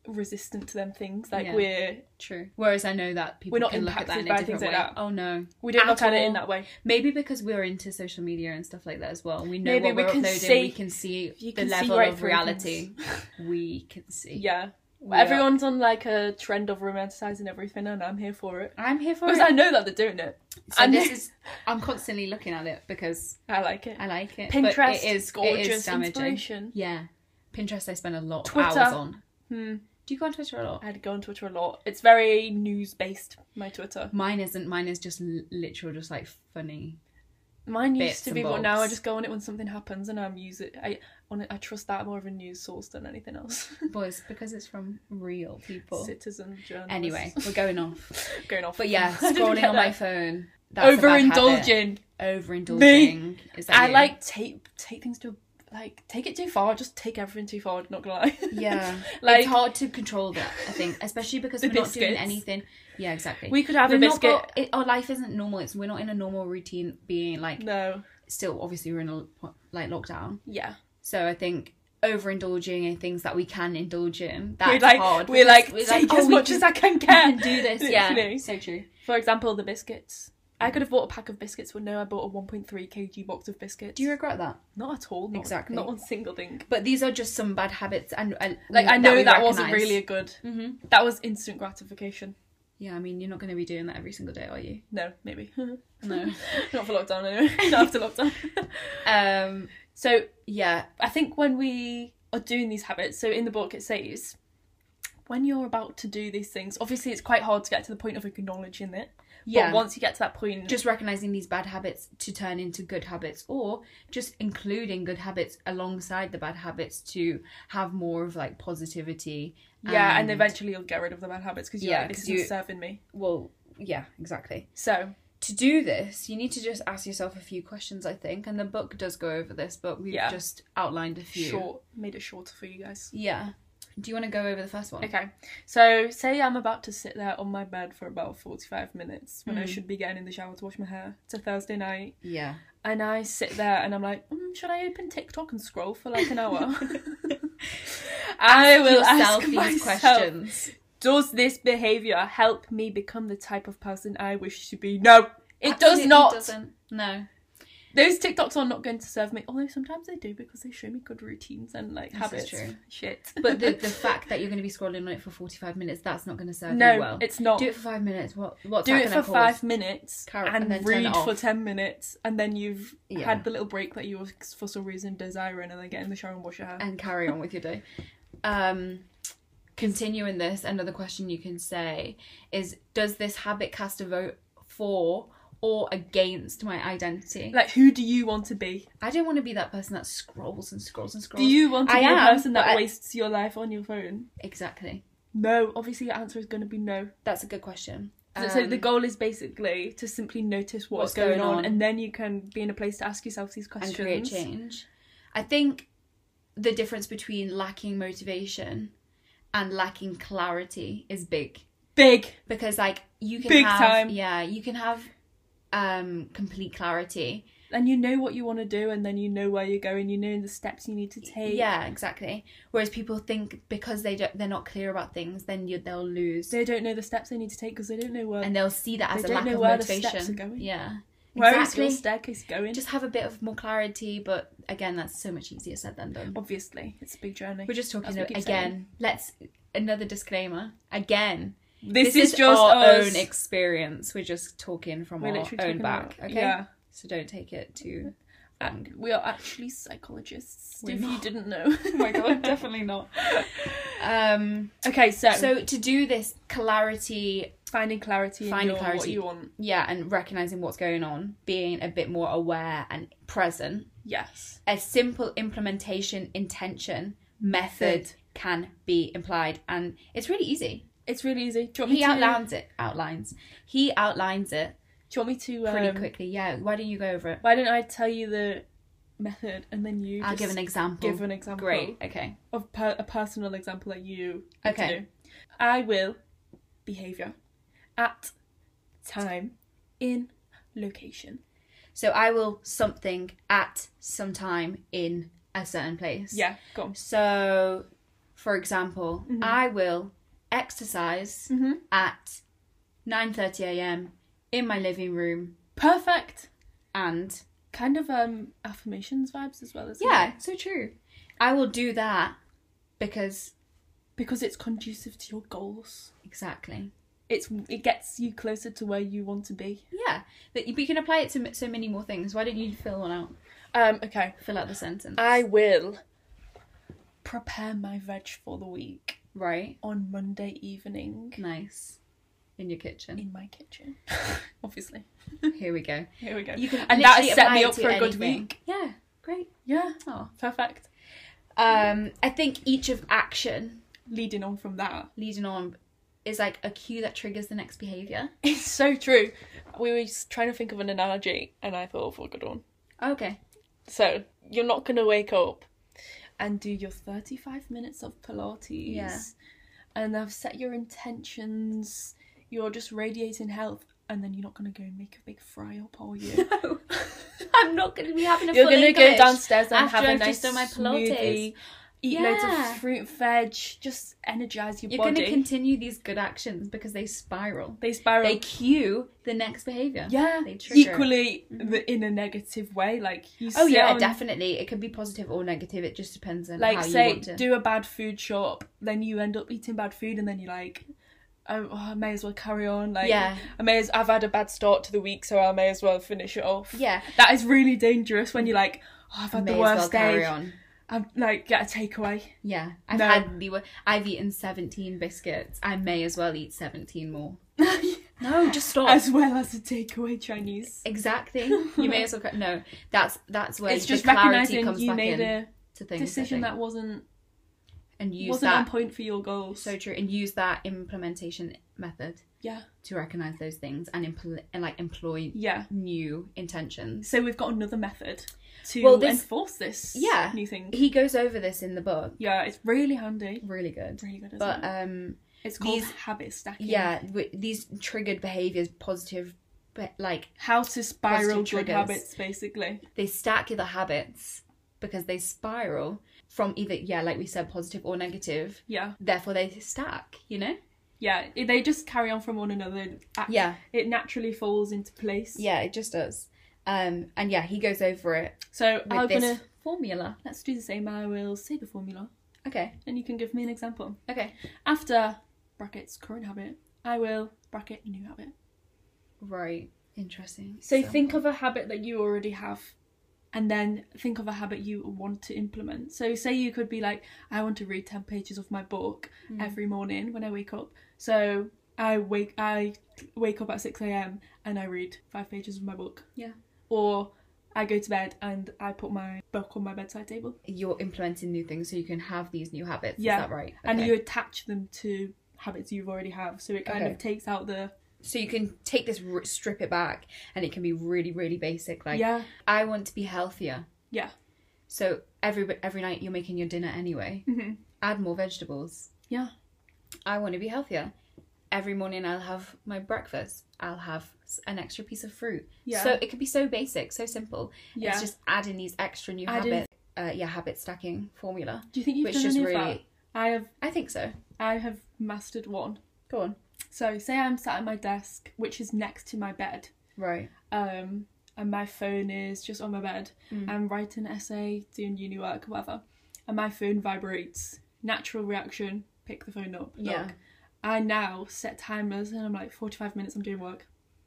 Speaker 2: resistant to them things. Like
Speaker 1: Yeah.
Speaker 2: we're
Speaker 1: true. Whereas I know that people
Speaker 2: We're not
Speaker 1: can look at that in a
Speaker 2: impacted by
Speaker 1: different
Speaker 2: things like
Speaker 1: way.
Speaker 2: that.
Speaker 1: Oh no.
Speaker 2: we don't
Speaker 1: At
Speaker 2: look at it in
Speaker 1: all.
Speaker 2: that way.
Speaker 1: Maybe because we're into social media and stuff like that as well. We know
Speaker 2: Maybe
Speaker 1: what
Speaker 2: we
Speaker 1: we're
Speaker 2: can
Speaker 1: uploading.
Speaker 2: see-
Speaker 1: we can see the
Speaker 2: You can see
Speaker 1: level
Speaker 2: right
Speaker 1: of
Speaker 2: through things.
Speaker 1: reality we can see.
Speaker 2: Yeah.
Speaker 1: We are-
Speaker 2: Everyone's on like a trend of romanticizing everything, and I'm here for it
Speaker 1: I'm here for
Speaker 2: because
Speaker 1: it.
Speaker 2: I know that they're doing it.
Speaker 1: So
Speaker 2: I
Speaker 1: this
Speaker 2: know-
Speaker 1: is. I'm constantly looking at it because
Speaker 2: I like it.
Speaker 1: I like it.
Speaker 2: Pinterest
Speaker 1: but it is
Speaker 2: gorgeous
Speaker 1: It is damaging.
Speaker 2: inspiration.
Speaker 1: Yeah, Pinterest. I spend a lot of
Speaker 2: Twitter.
Speaker 1: hours on.
Speaker 2: Hmm.
Speaker 1: Do you go on Twitter a lot?
Speaker 2: I'd go on Twitter a lot. It's very news based. My Twitter.
Speaker 1: Mine isn't. Mine is just l- literal, just like funny.
Speaker 2: Mine
Speaker 1: Bits
Speaker 2: used to
Speaker 1: and
Speaker 2: be, but now I
Speaker 1: bobs.
Speaker 2: just go on it when something happens, and I'm use it. I on it, I trust that more of a news source than anything else.
Speaker 1: Boys, because it's from real people.
Speaker 2: Citizen journalists.
Speaker 1: Anyway, we're going off.
Speaker 2: going off.
Speaker 1: But yeah,
Speaker 2: I didn't
Speaker 1: scrolling
Speaker 2: get
Speaker 1: on my
Speaker 2: that.
Speaker 1: phone. a bad habit.
Speaker 2: Overindulging.
Speaker 1: Overindulging. Is that
Speaker 2: I
Speaker 1: you?
Speaker 2: like take take things to like take it too far. Just take everything too far. Not gonna lie.
Speaker 1: Yeah.
Speaker 2: like
Speaker 1: it's hard to control that, I think, especially because
Speaker 2: The
Speaker 1: we're not doing
Speaker 2: biscuits.
Speaker 1: anything. Yeah, exactly.
Speaker 2: we could have
Speaker 1: We're
Speaker 2: a
Speaker 1: not
Speaker 2: biscuit.
Speaker 1: got- it, our life isn't normal. It's we're not in a normal routine. Being like
Speaker 2: No.
Speaker 1: still, obviously, we're in a like lockdown.
Speaker 2: Yeah.
Speaker 1: So I think overindulging in things that we can indulge in that's
Speaker 2: we like
Speaker 1: hard.
Speaker 2: we like
Speaker 1: we
Speaker 2: take
Speaker 1: oh,
Speaker 2: as
Speaker 1: we
Speaker 2: much
Speaker 1: can-
Speaker 2: as I can
Speaker 1: we
Speaker 2: get.
Speaker 1: can do this. Yeah,
Speaker 2: Literally.
Speaker 1: so true.
Speaker 2: For example, the biscuits. I could have bought a pack of biscuits, but no, I bought a 1.3 kg box of biscuits.
Speaker 1: Do you regret that?
Speaker 2: Not at all. Not,
Speaker 1: Exactly.
Speaker 2: Not one single thing.
Speaker 1: But these are just some bad habits, and, and
Speaker 2: Like I know
Speaker 1: we
Speaker 2: that, wasn't
Speaker 1: recognise.
Speaker 2: really a good.
Speaker 1: Mhm.
Speaker 2: That was instant gratification.
Speaker 1: Yeah, I mean, you're not going to be doing that every single day, are you?
Speaker 2: No, maybe
Speaker 1: No.
Speaker 2: not for lockdown anyway. not after lockdown.
Speaker 1: um.
Speaker 2: So
Speaker 1: Yeah.
Speaker 2: I think when we are doing these habits, so in the book it says, when you're about to do these things, obviously it's quite hard to get to the point of acknowledging it.
Speaker 1: Yeah.
Speaker 2: But once you get to that point,
Speaker 1: just recognizing these bad habits to turn into good habits or just including good habits alongside the bad habits to have more of like positivity
Speaker 2: yeah, and, eventually you'll get rid of the bad habits because you're
Speaker 1: Yeah,
Speaker 2: like, this
Speaker 1: 'cause
Speaker 2: isn't
Speaker 1: you-
Speaker 2: serving me.
Speaker 1: well yeah exactly
Speaker 2: So
Speaker 1: to do this you need to just ask yourself a few questions i think and the book does go over this but we've
Speaker 2: Yeah.
Speaker 1: just outlined a few
Speaker 2: short, made it shorter for you guys.
Speaker 1: yeah do you want to go over the first one
Speaker 2: Okay, so say I'm about to sit there on my bed for about 45 minutes
Speaker 1: Hmm.
Speaker 2: when I should be getting in the shower to wash my hair. It's a Thursday night,
Speaker 1: yeah
Speaker 2: and I sit there and I'm like, mm, should I open TikTok and scroll for like an hour? I will
Speaker 1: Yourself
Speaker 2: ask
Speaker 1: these
Speaker 2: myself,
Speaker 1: questions
Speaker 2: does this behavior help me become the type of person I wish to be? No, it does
Speaker 1: Absolutely
Speaker 2: not.
Speaker 1: doesn't. no
Speaker 2: Those TikToks are not going to serve me. Although sometimes they do because they show me good routines and like
Speaker 1: This is
Speaker 2: habits.
Speaker 1: true.
Speaker 2: Shit.
Speaker 1: but the, the fact that you're going to be scrolling on it for 45 minutes that's not going to serve
Speaker 2: no,
Speaker 1: you well
Speaker 2: it's not.
Speaker 1: Do
Speaker 2: Do
Speaker 1: it for five minutes. What? What's
Speaker 2: it,
Speaker 1: that
Speaker 2: for
Speaker 1: gonna cause?
Speaker 2: five minutes
Speaker 1: Carrot,
Speaker 2: and,
Speaker 1: and then turn it
Speaker 2: read
Speaker 1: off.
Speaker 2: for ten minutes, and then you've
Speaker 1: Yeah.
Speaker 2: had the little break that you were for some reason desiring, and then get in the shower and wash your hair.
Speaker 1: and carry on with your day. Um, continuing this, another question you can say is: Does this habit cast a vote for or against my identity?
Speaker 2: like, who do you want to be?
Speaker 1: I don't want to be that person that scrolls and scrolls and
Speaker 2: Do
Speaker 1: scrolls.
Speaker 2: you want to
Speaker 1: I
Speaker 2: be
Speaker 1: am,
Speaker 2: a person
Speaker 1: but
Speaker 2: that
Speaker 1: I-
Speaker 2: wastes your life on your phone?
Speaker 1: Exactly.
Speaker 2: No, obviously your answer is going to be no.
Speaker 1: That's a good question.
Speaker 2: So- so the
Speaker 1: Um,
Speaker 2: goal is basically to simply notice what's,
Speaker 1: what's
Speaker 2: going,
Speaker 1: going
Speaker 2: on,
Speaker 1: on.
Speaker 2: and then you can be in a place to ask yourself these questions.
Speaker 1: and create change. I think the difference between lacking motivation and lacking clarity is big
Speaker 2: Big.
Speaker 1: because like you can
Speaker 2: Big
Speaker 1: have
Speaker 2: time.
Speaker 1: yeah, you can have um complete clarity.
Speaker 2: And you know what you want to do, and then you know where you're going. You know the steps you need to take.
Speaker 1: Yeah, exactly. Whereas people think because they don't they're not clear about things then you they'll lose
Speaker 2: They don't know the steps they need to take because they don't know where
Speaker 1: and they'll see that as
Speaker 2: They
Speaker 1: a
Speaker 2: don't
Speaker 1: lack
Speaker 2: know
Speaker 1: of
Speaker 2: where the
Speaker 1: motivation.
Speaker 2: steps are going.
Speaker 1: Yeah.
Speaker 2: where is
Speaker 1: exactly.
Speaker 2: your staircase going.
Speaker 1: Just have a bit of more clarity, but again that's so much easier said than done.
Speaker 2: Obviously, it's a big journey.
Speaker 1: We're just talking
Speaker 2: That's what
Speaker 1: about,
Speaker 2: we keep
Speaker 1: again.
Speaker 2: saying.
Speaker 1: Let's another disclaimer. Again,
Speaker 2: This,
Speaker 1: is,
Speaker 2: is, just
Speaker 1: our
Speaker 2: us.
Speaker 1: own experience. We're just talking from
Speaker 2: We're
Speaker 1: our
Speaker 2: literally
Speaker 1: own
Speaker 2: talking
Speaker 1: back.
Speaker 2: about-
Speaker 1: okay,
Speaker 2: Yeah. Oh
Speaker 1: so don't take it too.
Speaker 2: And we are actually psychologists.
Speaker 1: We're
Speaker 2: if you
Speaker 1: not.
Speaker 2: didn't know.
Speaker 1: definitely not. Um,
Speaker 2: Okay, so,
Speaker 1: so to do this clarity,
Speaker 2: finding clarity in
Speaker 1: Finding
Speaker 2: your, what
Speaker 1: clarity.
Speaker 2: you want.
Speaker 1: yeah, and recognizing what's going on, being a bit more aware and present.
Speaker 2: Yes.
Speaker 1: A simple implementation intention method
Speaker 2: Method.
Speaker 1: can be implied, and it's really easy.
Speaker 2: It's really easy. Do you want me
Speaker 1: He
Speaker 2: to
Speaker 1: outlines it. Outlines. He outlines it
Speaker 2: Do you want me to um,
Speaker 1: pretty quickly. Yeah. Why don't you go over it?
Speaker 2: Why don't I tell you the method and then you
Speaker 1: I'll
Speaker 2: just
Speaker 1: give an example.
Speaker 2: give an example
Speaker 1: Great. Okay.
Speaker 2: of per- a personal example that you have to
Speaker 1: Okay.
Speaker 2: do. I will behavior at time in location.
Speaker 1: So I will something at some time in a certain place.
Speaker 2: Yeah, Mm-hmm. go on.
Speaker 1: So, for example, I will exercise
Speaker 2: Mhm.
Speaker 1: at 9:30 a.m. in my living room
Speaker 2: Perfect.
Speaker 1: and
Speaker 2: Kind of um affirmations vibes as well as
Speaker 1: yeah, so true. I will do that because
Speaker 2: because it's conducive to your goals.
Speaker 1: exactly.
Speaker 2: It's it gets you closer to where you want to be.
Speaker 1: Yeah, but you, but you can apply it to m- so many more things. Why don't you fill one out?
Speaker 2: Um okay.
Speaker 1: Fill out the sentence.
Speaker 2: I will prepare my veg for the week
Speaker 1: right.
Speaker 2: on Monday evening
Speaker 1: Nice. In your kitchen.
Speaker 2: in my kitchen. Obviously.
Speaker 1: Here we go.
Speaker 2: Here we go.
Speaker 1: You can
Speaker 2: and that
Speaker 1: literally
Speaker 2: has set
Speaker 1: apply
Speaker 2: me
Speaker 1: it
Speaker 2: up
Speaker 1: to
Speaker 2: for a good
Speaker 1: anything.
Speaker 2: week.
Speaker 1: Yeah. Great.
Speaker 2: Yeah.
Speaker 1: Oh.
Speaker 2: Perfect.
Speaker 1: Um, I think each of action
Speaker 2: Leading on from that.
Speaker 1: leading on is like a cue that triggers the next behavior.
Speaker 2: It's so true. We were just trying to think of an analogy and I thought oh, of a good one.
Speaker 1: Okay.
Speaker 2: So you're not gonna wake up and do your thirty five minutes of Pilates
Speaker 1: Yeah.
Speaker 2: and I've set your intentions, you're just radiating health and then you're not gonna go and make a big fry up, are you?
Speaker 1: No, I'm not going to be having a
Speaker 2: You're
Speaker 1: full
Speaker 2: gonna
Speaker 1: English.
Speaker 2: go downstairs and
Speaker 1: after
Speaker 2: have a
Speaker 1: I've
Speaker 2: nice
Speaker 1: just done my Pilates.
Speaker 2: smoothie, eat loads
Speaker 1: Yeah.
Speaker 2: of fruit and veg, just energize your
Speaker 1: You're
Speaker 2: body.
Speaker 1: going to continue these good actions because they spiral.
Speaker 2: they spiral.
Speaker 1: They cue the next behavior.
Speaker 2: yeah,
Speaker 1: they trigger. Mm-hmm.
Speaker 2: equally the, in a negative way. Like you.
Speaker 1: Oh
Speaker 2: sit
Speaker 1: yeah,
Speaker 2: on-
Speaker 1: definitely. It can be positive or negative. It just depends on
Speaker 2: Like
Speaker 1: how you
Speaker 2: say,
Speaker 1: want to.
Speaker 2: do a bad food shop, then you end up eating bad food, and then you're like, oh, oh, I may as well carry on. Like,
Speaker 1: Yeah.
Speaker 2: I may as I've had a bad start to the week, so I may as well finish it off.
Speaker 1: yeah.
Speaker 2: That is really dangerous when you're like, oh, I've had
Speaker 1: May
Speaker 2: the
Speaker 1: as
Speaker 2: worst
Speaker 1: well carry
Speaker 2: day.
Speaker 1: on.
Speaker 2: I'm like, get a takeaway.
Speaker 1: Yeah, I've
Speaker 2: No.
Speaker 1: had the. wor- I've eaten seventeen biscuits. I may as well eat seventeen more. No, just stop.
Speaker 2: as well as a takeaway Chinese.
Speaker 1: exactly. You may as well. cra- No, that's that's where
Speaker 2: It's
Speaker 1: the
Speaker 2: just
Speaker 1: clarity
Speaker 2: recognizing
Speaker 1: comes
Speaker 2: you
Speaker 1: back
Speaker 2: made
Speaker 1: in
Speaker 2: a
Speaker 1: to things. I think,
Speaker 2: decision that wasn't
Speaker 1: and use
Speaker 2: wasn't on
Speaker 1: that.
Speaker 2: point for your goals.
Speaker 1: So true, and use that implementation method
Speaker 2: yeah,
Speaker 1: to recognize those things and, impl- and like employ
Speaker 2: yeah.
Speaker 1: new intentions.
Speaker 2: So we've got another method to
Speaker 1: Well, this-
Speaker 2: enforce this.
Speaker 1: Yeah.
Speaker 2: new thing.
Speaker 1: He goes over this in the book.
Speaker 2: Yeah, it's really handy.
Speaker 1: Really good.
Speaker 2: Really good. Isn't
Speaker 1: But
Speaker 2: it?
Speaker 1: um,
Speaker 2: It's called
Speaker 1: these-
Speaker 2: habit stacking.
Speaker 1: yeah, w- these triggered behaviors, positive, but like
Speaker 2: How to spiral good
Speaker 1: Positive triggers.
Speaker 2: habits, basically.
Speaker 1: they stack the habits because they spiral from either yeah like we said positive or negative
Speaker 2: Yeah,
Speaker 1: therefore they stack you know
Speaker 2: yeah. It- They just carry on from one another. Ac-
Speaker 1: yeah
Speaker 2: It naturally falls into place.
Speaker 1: yeah it just does um and yeah he goes over it
Speaker 2: So
Speaker 1: with
Speaker 2: I'm
Speaker 1: this
Speaker 2: gonna
Speaker 1: Oh, formula
Speaker 2: let's do the same. I will say the formula,
Speaker 1: okay
Speaker 2: and you can give me an example.
Speaker 1: okay
Speaker 2: After brackets current habit, I will bracket new habit.
Speaker 1: right interesting
Speaker 2: So, think of a habit that you already have and then think of a habit you want to implement. So say you could be like, I want to read 10 pages of my book
Speaker 1: Hmm.
Speaker 2: every morning when I wake up. So I wake I wake up at 6 a.m. and I read five pages of my book.
Speaker 1: Yeah.
Speaker 2: Or I go to bed and I put my book on my bedside table.
Speaker 1: you're implementing new things so you can have these new habits
Speaker 2: Yeah.
Speaker 1: is that right
Speaker 2: And
Speaker 1: Okay.
Speaker 2: you attach them to habits you've already have. So it kind
Speaker 1: Okay.
Speaker 2: of takes out the
Speaker 1: So you can take this, r- strip it back, and it can be really, really basic. Like,
Speaker 2: yeah.
Speaker 1: I want to be healthier.
Speaker 2: Yeah.
Speaker 1: So every every night you're making your dinner anyway.
Speaker 2: Mm-hmm.
Speaker 1: Add more vegetables.
Speaker 2: Yeah.
Speaker 1: I want to be healthier. Every morning I'll have my breakfast. I'll have s- an extra piece of fruit.
Speaker 2: Yeah.
Speaker 1: So it could be so basic, so simple.
Speaker 2: yeah.
Speaker 1: It's just adding these extra new
Speaker 2: Adding-
Speaker 1: habits. Uh, yeah, habit stacking formula,
Speaker 2: Do you think you've
Speaker 1: which
Speaker 2: done
Speaker 1: just
Speaker 2: any of
Speaker 1: really.
Speaker 2: that? I have.
Speaker 1: I think so.
Speaker 2: I have mastered one.
Speaker 1: Go on.
Speaker 2: So say I'm sat at my desk, which is next to my bed,
Speaker 1: Right.
Speaker 2: um, and my phone is just on my bed.
Speaker 1: Mm.
Speaker 2: I'm writing an essay, doing uni work, whatever, and my phone vibrates. Natural reaction: pick the phone up.
Speaker 1: Yeah.
Speaker 2: Look. I now set timers, and I'm like 45 minutes. I'm doing work.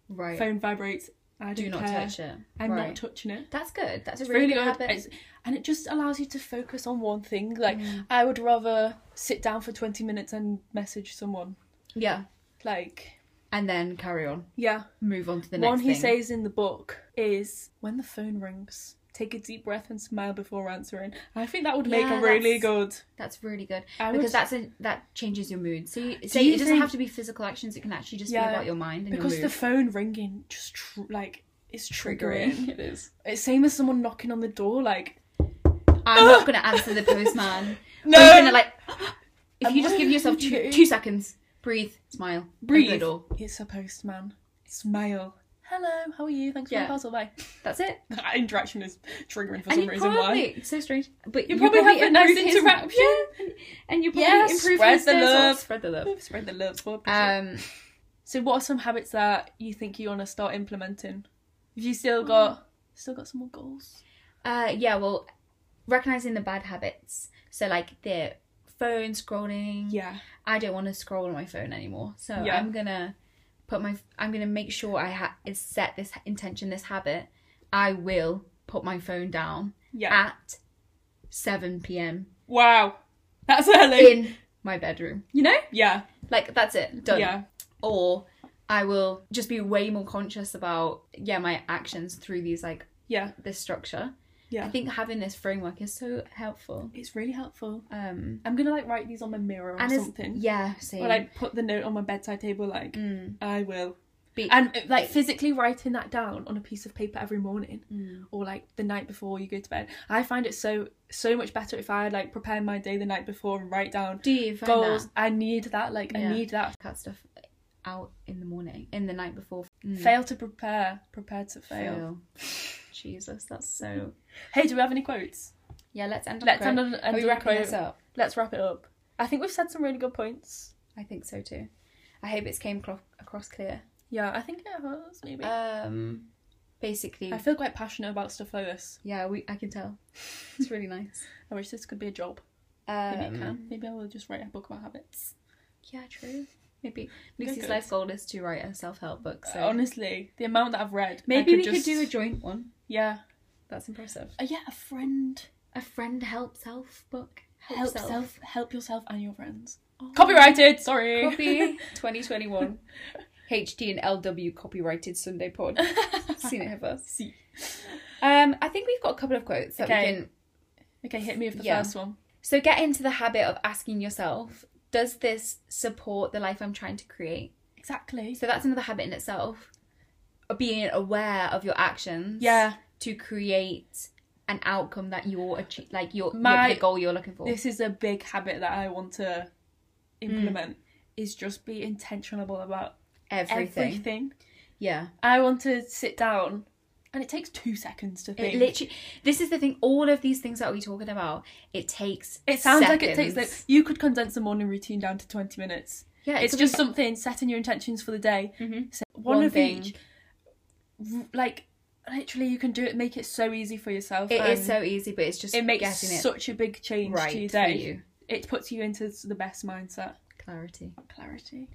Speaker 1: Right.
Speaker 2: Phone vibrates. I
Speaker 1: Do
Speaker 2: don't
Speaker 1: not
Speaker 2: care.
Speaker 1: touch it.
Speaker 2: I'm
Speaker 1: right.
Speaker 2: not touching it.
Speaker 1: That's good. That's a
Speaker 2: It's
Speaker 1: really,
Speaker 2: really
Speaker 1: good,
Speaker 2: good.
Speaker 1: habit.
Speaker 2: It's, and it just allows you to focus on one thing. Like
Speaker 1: Mm.
Speaker 2: I would rather sit down for 20 minutes and message someone.
Speaker 1: Yeah.
Speaker 2: Like
Speaker 1: And then carry on.
Speaker 2: yeah.
Speaker 1: Move on to the next
Speaker 2: One he
Speaker 1: thing.
Speaker 2: says in the book is when the phone rings, take a deep breath and smile before answering. I think that would make
Speaker 1: Yeah,
Speaker 2: a really
Speaker 1: that's-
Speaker 2: good.
Speaker 1: That's really good
Speaker 2: I would,
Speaker 1: because that's a, that changes your mood. So you, say
Speaker 2: you
Speaker 1: it doesn't
Speaker 2: think-
Speaker 1: have to be physical actions; it can actually just
Speaker 2: Yeah,
Speaker 1: be about your mind and
Speaker 2: because
Speaker 1: your
Speaker 2: the
Speaker 1: mood.
Speaker 2: phone ringing just tr- like is triggering.
Speaker 1: it is.
Speaker 2: It's same as someone knocking on the door. Like
Speaker 1: I'm not gonna answer the postman.
Speaker 2: no,
Speaker 1: I'm gonna like if
Speaker 2: I'm
Speaker 1: you just give yourself two,
Speaker 2: wondering-
Speaker 1: two seconds, breathe, smile,
Speaker 2: Breathe.
Speaker 1: open the door.
Speaker 2: it's a postman. Smile. Hello, how are you? Thanks for
Speaker 1: Yeah.
Speaker 2: your parcel. Bye.
Speaker 1: That's it.
Speaker 2: That interaction is triggering for
Speaker 1: and
Speaker 2: some
Speaker 1: you
Speaker 2: reason.
Speaker 1: probably
Speaker 2: Why?
Speaker 1: it's so strange, but
Speaker 2: You
Speaker 1: you
Speaker 2: probably have a nice
Speaker 1: improve his-
Speaker 2: interaction.
Speaker 1: and you probably
Speaker 2: Yeah,
Speaker 1: improve
Speaker 2: spread
Speaker 1: his
Speaker 2: the
Speaker 1: days off.
Speaker 2: love.
Speaker 1: Spread the love.
Speaker 2: Spread the love. for people.
Speaker 1: Um,
Speaker 2: So, what are some habits that you think you want to start implementing? Have you
Speaker 1: mm.
Speaker 2: still got still got some more goals?
Speaker 1: Uh, yeah, well, recognizing the bad habits. So like the phone scrolling.
Speaker 2: Yeah,
Speaker 1: I don't want to scroll on my phone anymore. So
Speaker 2: Yeah.
Speaker 1: I'm gonna put my. I'm gonna make sure I ha- is set this intention, this habit. I will put my phone down
Speaker 2: yeah.
Speaker 1: at 7 p.m.
Speaker 2: wow, that's early.
Speaker 1: in my bedroom. You know,
Speaker 2: yeah,
Speaker 1: like that's it, done.
Speaker 2: yeah,
Speaker 1: Or I will just be way more conscious about yeah my actions through these like
Speaker 2: yeah.
Speaker 1: this structure.
Speaker 2: Yeah.
Speaker 1: I think having this framework is so helpful.
Speaker 2: It's really helpful.
Speaker 1: Um,
Speaker 2: I'm gonna like write these on my mirror or
Speaker 1: and it's-
Speaker 2: something,
Speaker 1: yeah, same.
Speaker 2: or like put the note on my bedside table. Like
Speaker 1: Mm.
Speaker 2: I will,
Speaker 1: Be-
Speaker 2: and uh, like physically writing that down on a piece of paper every morning, or like the night before you go to bed. I find it so so much better if I like prepare my day the night before and write down
Speaker 1: Do you find
Speaker 2: goals.
Speaker 1: that?
Speaker 2: I need that. Like I
Speaker 1: Yeah.
Speaker 2: need that
Speaker 1: cut stuff out in the morning, in the night before. Mm.
Speaker 2: Fail to prepare, prepare to fail.
Speaker 1: Jesus, that's so.
Speaker 2: Hey, do we have any quotes?
Speaker 1: Yeah, let's end on
Speaker 2: Let's
Speaker 1: a quote.
Speaker 2: end on- end
Speaker 1: Are
Speaker 2: on
Speaker 1: we
Speaker 2: a
Speaker 1: wrapping
Speaker 2: quote?
Speaker 1: this up?
Speaker 2: Let's wrap it up. I think we've said some really good points.
Speaker 1: I think so too. I hope it's came clo- across clear.
Speaker 2: Yeah, I think it has maybe.
Speaker 1: Um, basically,
Speaker 2: I feel quite passionate about stuff like this.
Speaker 1: yeah, we I can tell. It's really nice.
Speaker 2: I wish this could be a job. Maybe it
Speaker 1: Um,
Speaker 2: can. Maybe I will just write a book about habits.
Speaker 1: yeah, true. Maybe
Speaker 2: We're
Speaker 1: Lucy's
Speaker 2: good.
Speaker 1: life goal is to write a self help book. So
Speaker 2: Honestly, the amount that I've read.
Speaker 1: maybe
Speaker 2: I
Speaker 1: we could
Speaker 2: just-
Speaker 1: do a joint one.
Speaker 2: yeah,
Speaker 1: That's impressive.
Speaker 2: uh, yeah, a friend
Speaker 1: A friend help self Oh. book.
Speaker 2: help self. help yourself and your friends. Copyrighted. Sorry.
Speaker 1: Copy 2021. HD and LW copyrighted Sunday pod. Seen it with us.
Speaker 2: See.
Speaker 1: Um, I think we've got a couple of quotes that
Speaker 2: Okay.
Speaker 1: we can.
Speaker 2: Okay, hit me with the
Speaker 1: Yeah.
Speaker 2: first one.
Speaker 1: So get into the habit of asking yourself, does this support the life I'm trying to create?
Speaker 2: Exactly.
Speaker 1: So that's another habit in itself. of Being aware of your actions.
Speaker 2: Yeah.
Speaker 1: To create an outcome that you're achieve, like your
Speaker 2: My-
Speaker 1: the goal you're looking for.
Speaker 2: this is a big habit that I want to Hmm. implement is just be intentional about
Speaker 1: everything.
Speaker 2: everything.
Speaker 1: Yeah.
Speaker 2: I want to sit down and it takes two seconds to think.
Speaker 1: It literally. This is the thing. All of these things that we're talking about, it takes.
Speaker 2: It sounds like it takes
Speaker 1: seconds.
Speaker 2: like you could condense the morning routine down to twenty minutes.
Speaker 1: Yeah,
Speaker 2: It's just something setting your intentions for the day.
Speaker 1: Mhm.
Speaker 2: Set one,
Speaker 1: One
Speaker 2: of
Speaker 1: thing.
Speaker 2: each. R- Like literally, you can do it. Make it so easy for yourself.
Speaker 1: It is
Speaker 2: and
Speaker 1: so easy, but it's just
Speaker 2: It makes
Speaker 1: getting it
Speaker 2: such a big change
Speaker 1: right
Speaker 2: to your
Speaker 1: for
Speaker 2: day.
Speaker 1: you.
Speaker 2: It puts you into the best mindset.
Speaker 1: Clarity.
Speaker 2: Clarity.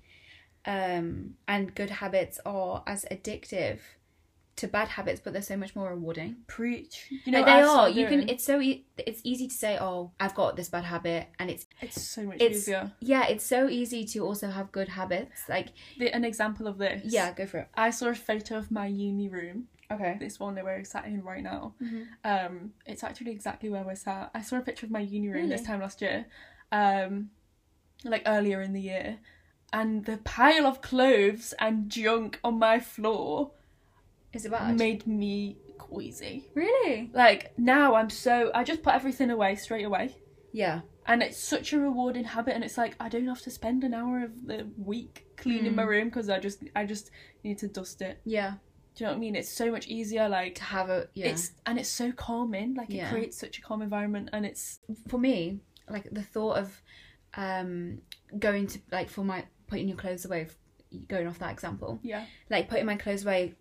Speaker 1: Um, and good habits are as addictive to bad habits, but they're so much more rewarding.
Speaker 2: Preach. You
Speaker 1: Like,
Speaker 2: what
Speaker 1: they
Speaker 2: I've
Speaker 1: are.
Speaker 2: started
Speaker 1: You can.
Speaker 2: doing?
Speaker 1: It's so. E- it's easy to say, "Oh, I've got this bad habit," and it's
Speaker 2: It's so much
Speaker 1: it's
Speaker 2: easier.
Speaker 1: yeah. It's so easy to also have good habits. Like
Speaker 2: The, an example of this.
Speaker 1: yeah, go for it.
Speaker 2: I saw a photo of my uni room.
Speaker 1: Okay.
Speaker 2: This one that we're sat in right now.
Speaker 1: Mm-hmm.
Speaker 2: Um, it's actually exactly where we're sat. I saw a picture of my uni room this
Speaker 1: Really?
Speaker 2: time last year, um, like earlier in the year, and the pile of clothes and junk on my floor
Speaker 1: Is it bad?
Speaker 2: made me queasy.
Speaker 1: really?
Speaker 2: Like now I'm so I just put everything away straight away.
Speaker 1: Yeah.
Speaker 2: And it's such a rewarding habit and it's like I don't have to spend an hour of the week cleaning my
Speaker 1: Mm.
Speaker 2: room because I just I just need to dust it.
Speaker 1: Yeah.
Speaker 2: Do you know what I mean? It's so much easier like
Speaker 1: To have a yeah.
Speaker 2: it's and it's so calming like
Speaker 1: Yeah.
Speaker 2: it creates such a calm environment and it's
Speaker 1: for me, like the thought of um going to like for my putting your clothes away, f- going off that example,
Speaker 2: yeah
Speaker 1: like putting my clothes away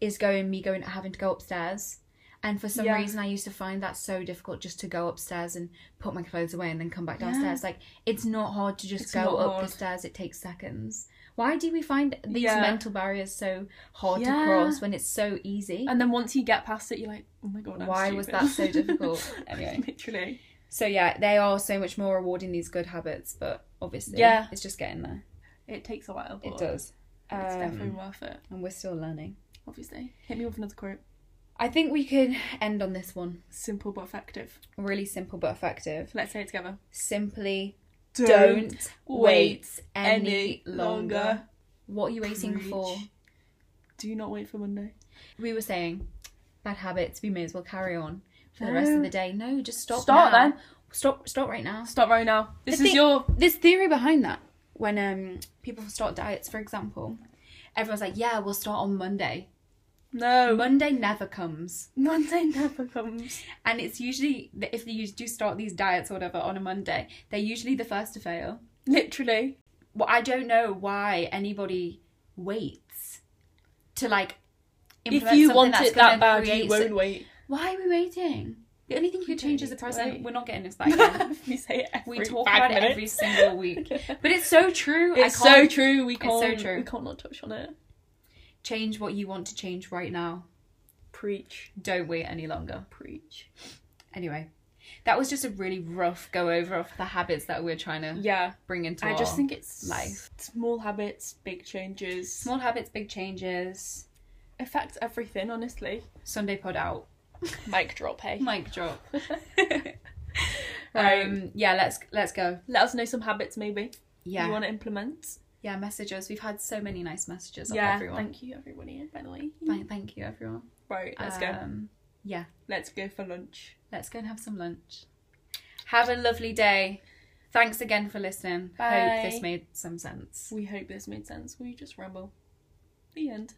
Speaker 1: is going me going having to go upstairs. And for some
Speaker 2: Yeah.
Speaker 1: reason, I used to find that so difficult just to go upstairs and put my clothes away and then come back
Speaker 2: Yeah.
Speaker 1: downstairs. Like it's not hard to just
Speaker 2: It's
Speaker 1: go
Speaker 2: not
Speaker 1: up the
Speaker 2: hard.
Speaker 1: stairs. It takes seconds. Why do we find these
Speaker 2: Yeah.
Speaker 1: mental barriers so hard to
Speaker 2: Yeah.
Speaker 1: cross when it's so easy?
Speaker 2: and then once you get past it you're like oh my god I'm
Speaker 1: Why was
Speaker 2: stupid."
Speaker 1: that so difficult? Anyway.
Speaker 2: literally
Speaker 1: So yeah, they are so much more rewarding these good habits, but obviously,
Speaker 2: Yeah.
Speaker 1: it's just getting there.
Speaker 2: it takes a while but
Speaker 1: It does,
Speaker 2: it's
Speaker 1: Um,
Speaker 2: definitely worth it
Speaker 1: and we're still learning.
Speaker 2: obviously hit me with another quote
Speaker 1: I think we could end on this one.
Speaker 2: simple but effective
Speaker 1: Really simple but effective.
Speaker 2: let's say it together
Speaker 1: Simply don't, wait any, longer.
Speaker 2: longer.
Speaker 1: What are you waiting for?
Speaker 2: Preach. do not wait for monday
Speaker 1: We were saying bad habits. We may as well carry on for the rest of
Speaker 2: No.
Speaker 1: the day. No, just stop.
Speaker 2: Start
Speaker 1: now.
Speaker 2: then.
Speaker 1: Stop. Stop right now.
Speaker 2: stop right now this
Speaker 1: The
Speaker 2: is
Speaker 1: thing-
Speaker 2: your
Speaker 1: There's theory behind that. When um people start diets, for example, everyone's like, "Yeah, we'll start on Monday."
Speaker 2: no
Speaker 1: Monday never comes.
Speaker 2: monday never comes
Speaker 1: And it's usually, if you do start these diets or whatever on a Monday, they're usually the first to fail.
Speaker 2: literally
Speaker 1: Well, I don't know why anybody waits to like
Speaker 2: if
Speaker 1: implement
Speaker 2: you
Speaker 1: something
Speaker 2: want
Speaker 1: that's
Speaker 2: it that
Speaker 1: gonna
Speaker 2: bad
Speaker 1: create
Speaker 2: you
Speaker 1: so-
Speaker 2: won't wait
Speaker 1: Why are we waiting? The only thing you
Speaker 2: We
Speaker 1: could change is
Speaker 2: don't
Speaker 1: the
Speaker 2: need to
Speaker 1: present.
Speaker 2: wait.
Speaker 1: We're not getting into that again.
Speaker 2: we say it
Speaker 1: We
Speaker 2: every
Speaker 1: talk
Speaker 2: five
Speaker 1: about it
Speaker 2: minutes.
Speaker 1: every single week. But it's so true.
Speaker 2: It's
Speaker 1: I
Speaker 2: so
Speaker 1: can't
Speaker 2: true. We
Speaker 1: It's so
Speaker 2: can't.
Speaker 1: true.
Speaker 2: We can't not touch on it.
Speaker 1: change what you want to change right now.
Speaker 2: Preach,
Speaker 1: Don't wait any longer.
Speaker 2: preach.
Speaker 1: Anyway, that was just a really rough go over of the habits that we're trying to
Speaker 2: Yeah,
Speaker 1: bring into
Speaker 2: I
Speaker 1: our
Speaker 2: just think it's
Speaker 1: life.
Speaker 2: Small habits, big changes.
Speaker 1: Small habits, big changes.
Speaker 2: affects everything. Honestly,
Speaker 1: Sunday pod out.
Speaker 2: mic drop. Hey,
Speaker 1: Mic drop.
Speaker 2: right.
Speaker 1: Um, yeah, let's let's go.
Speaker 2: Let us know some habits maybe
Speaker 1: Yeah,
Speaker 2: you want to implement.
Speaker 1: yeah. Messages. We've had so many nice messages. Off
Speaker 2: yeah,
Speaker 1: everyone.
Speaker 2: thank you everyone here. By the way,
Speaker 1: Thank, thank you, everyone.
Speaker 2: right, let's go.
Speaker 1: Um,
Speaker 2: Let's go for lunch.
Speaker 1: Let's go and have some lunch. Have a lovely day. Thanks again for listening. Hope
Speaker 2: Bye.
Speaker 1: this made some sense.
Speaker 2: We hope this made sense. We just ramble. The end.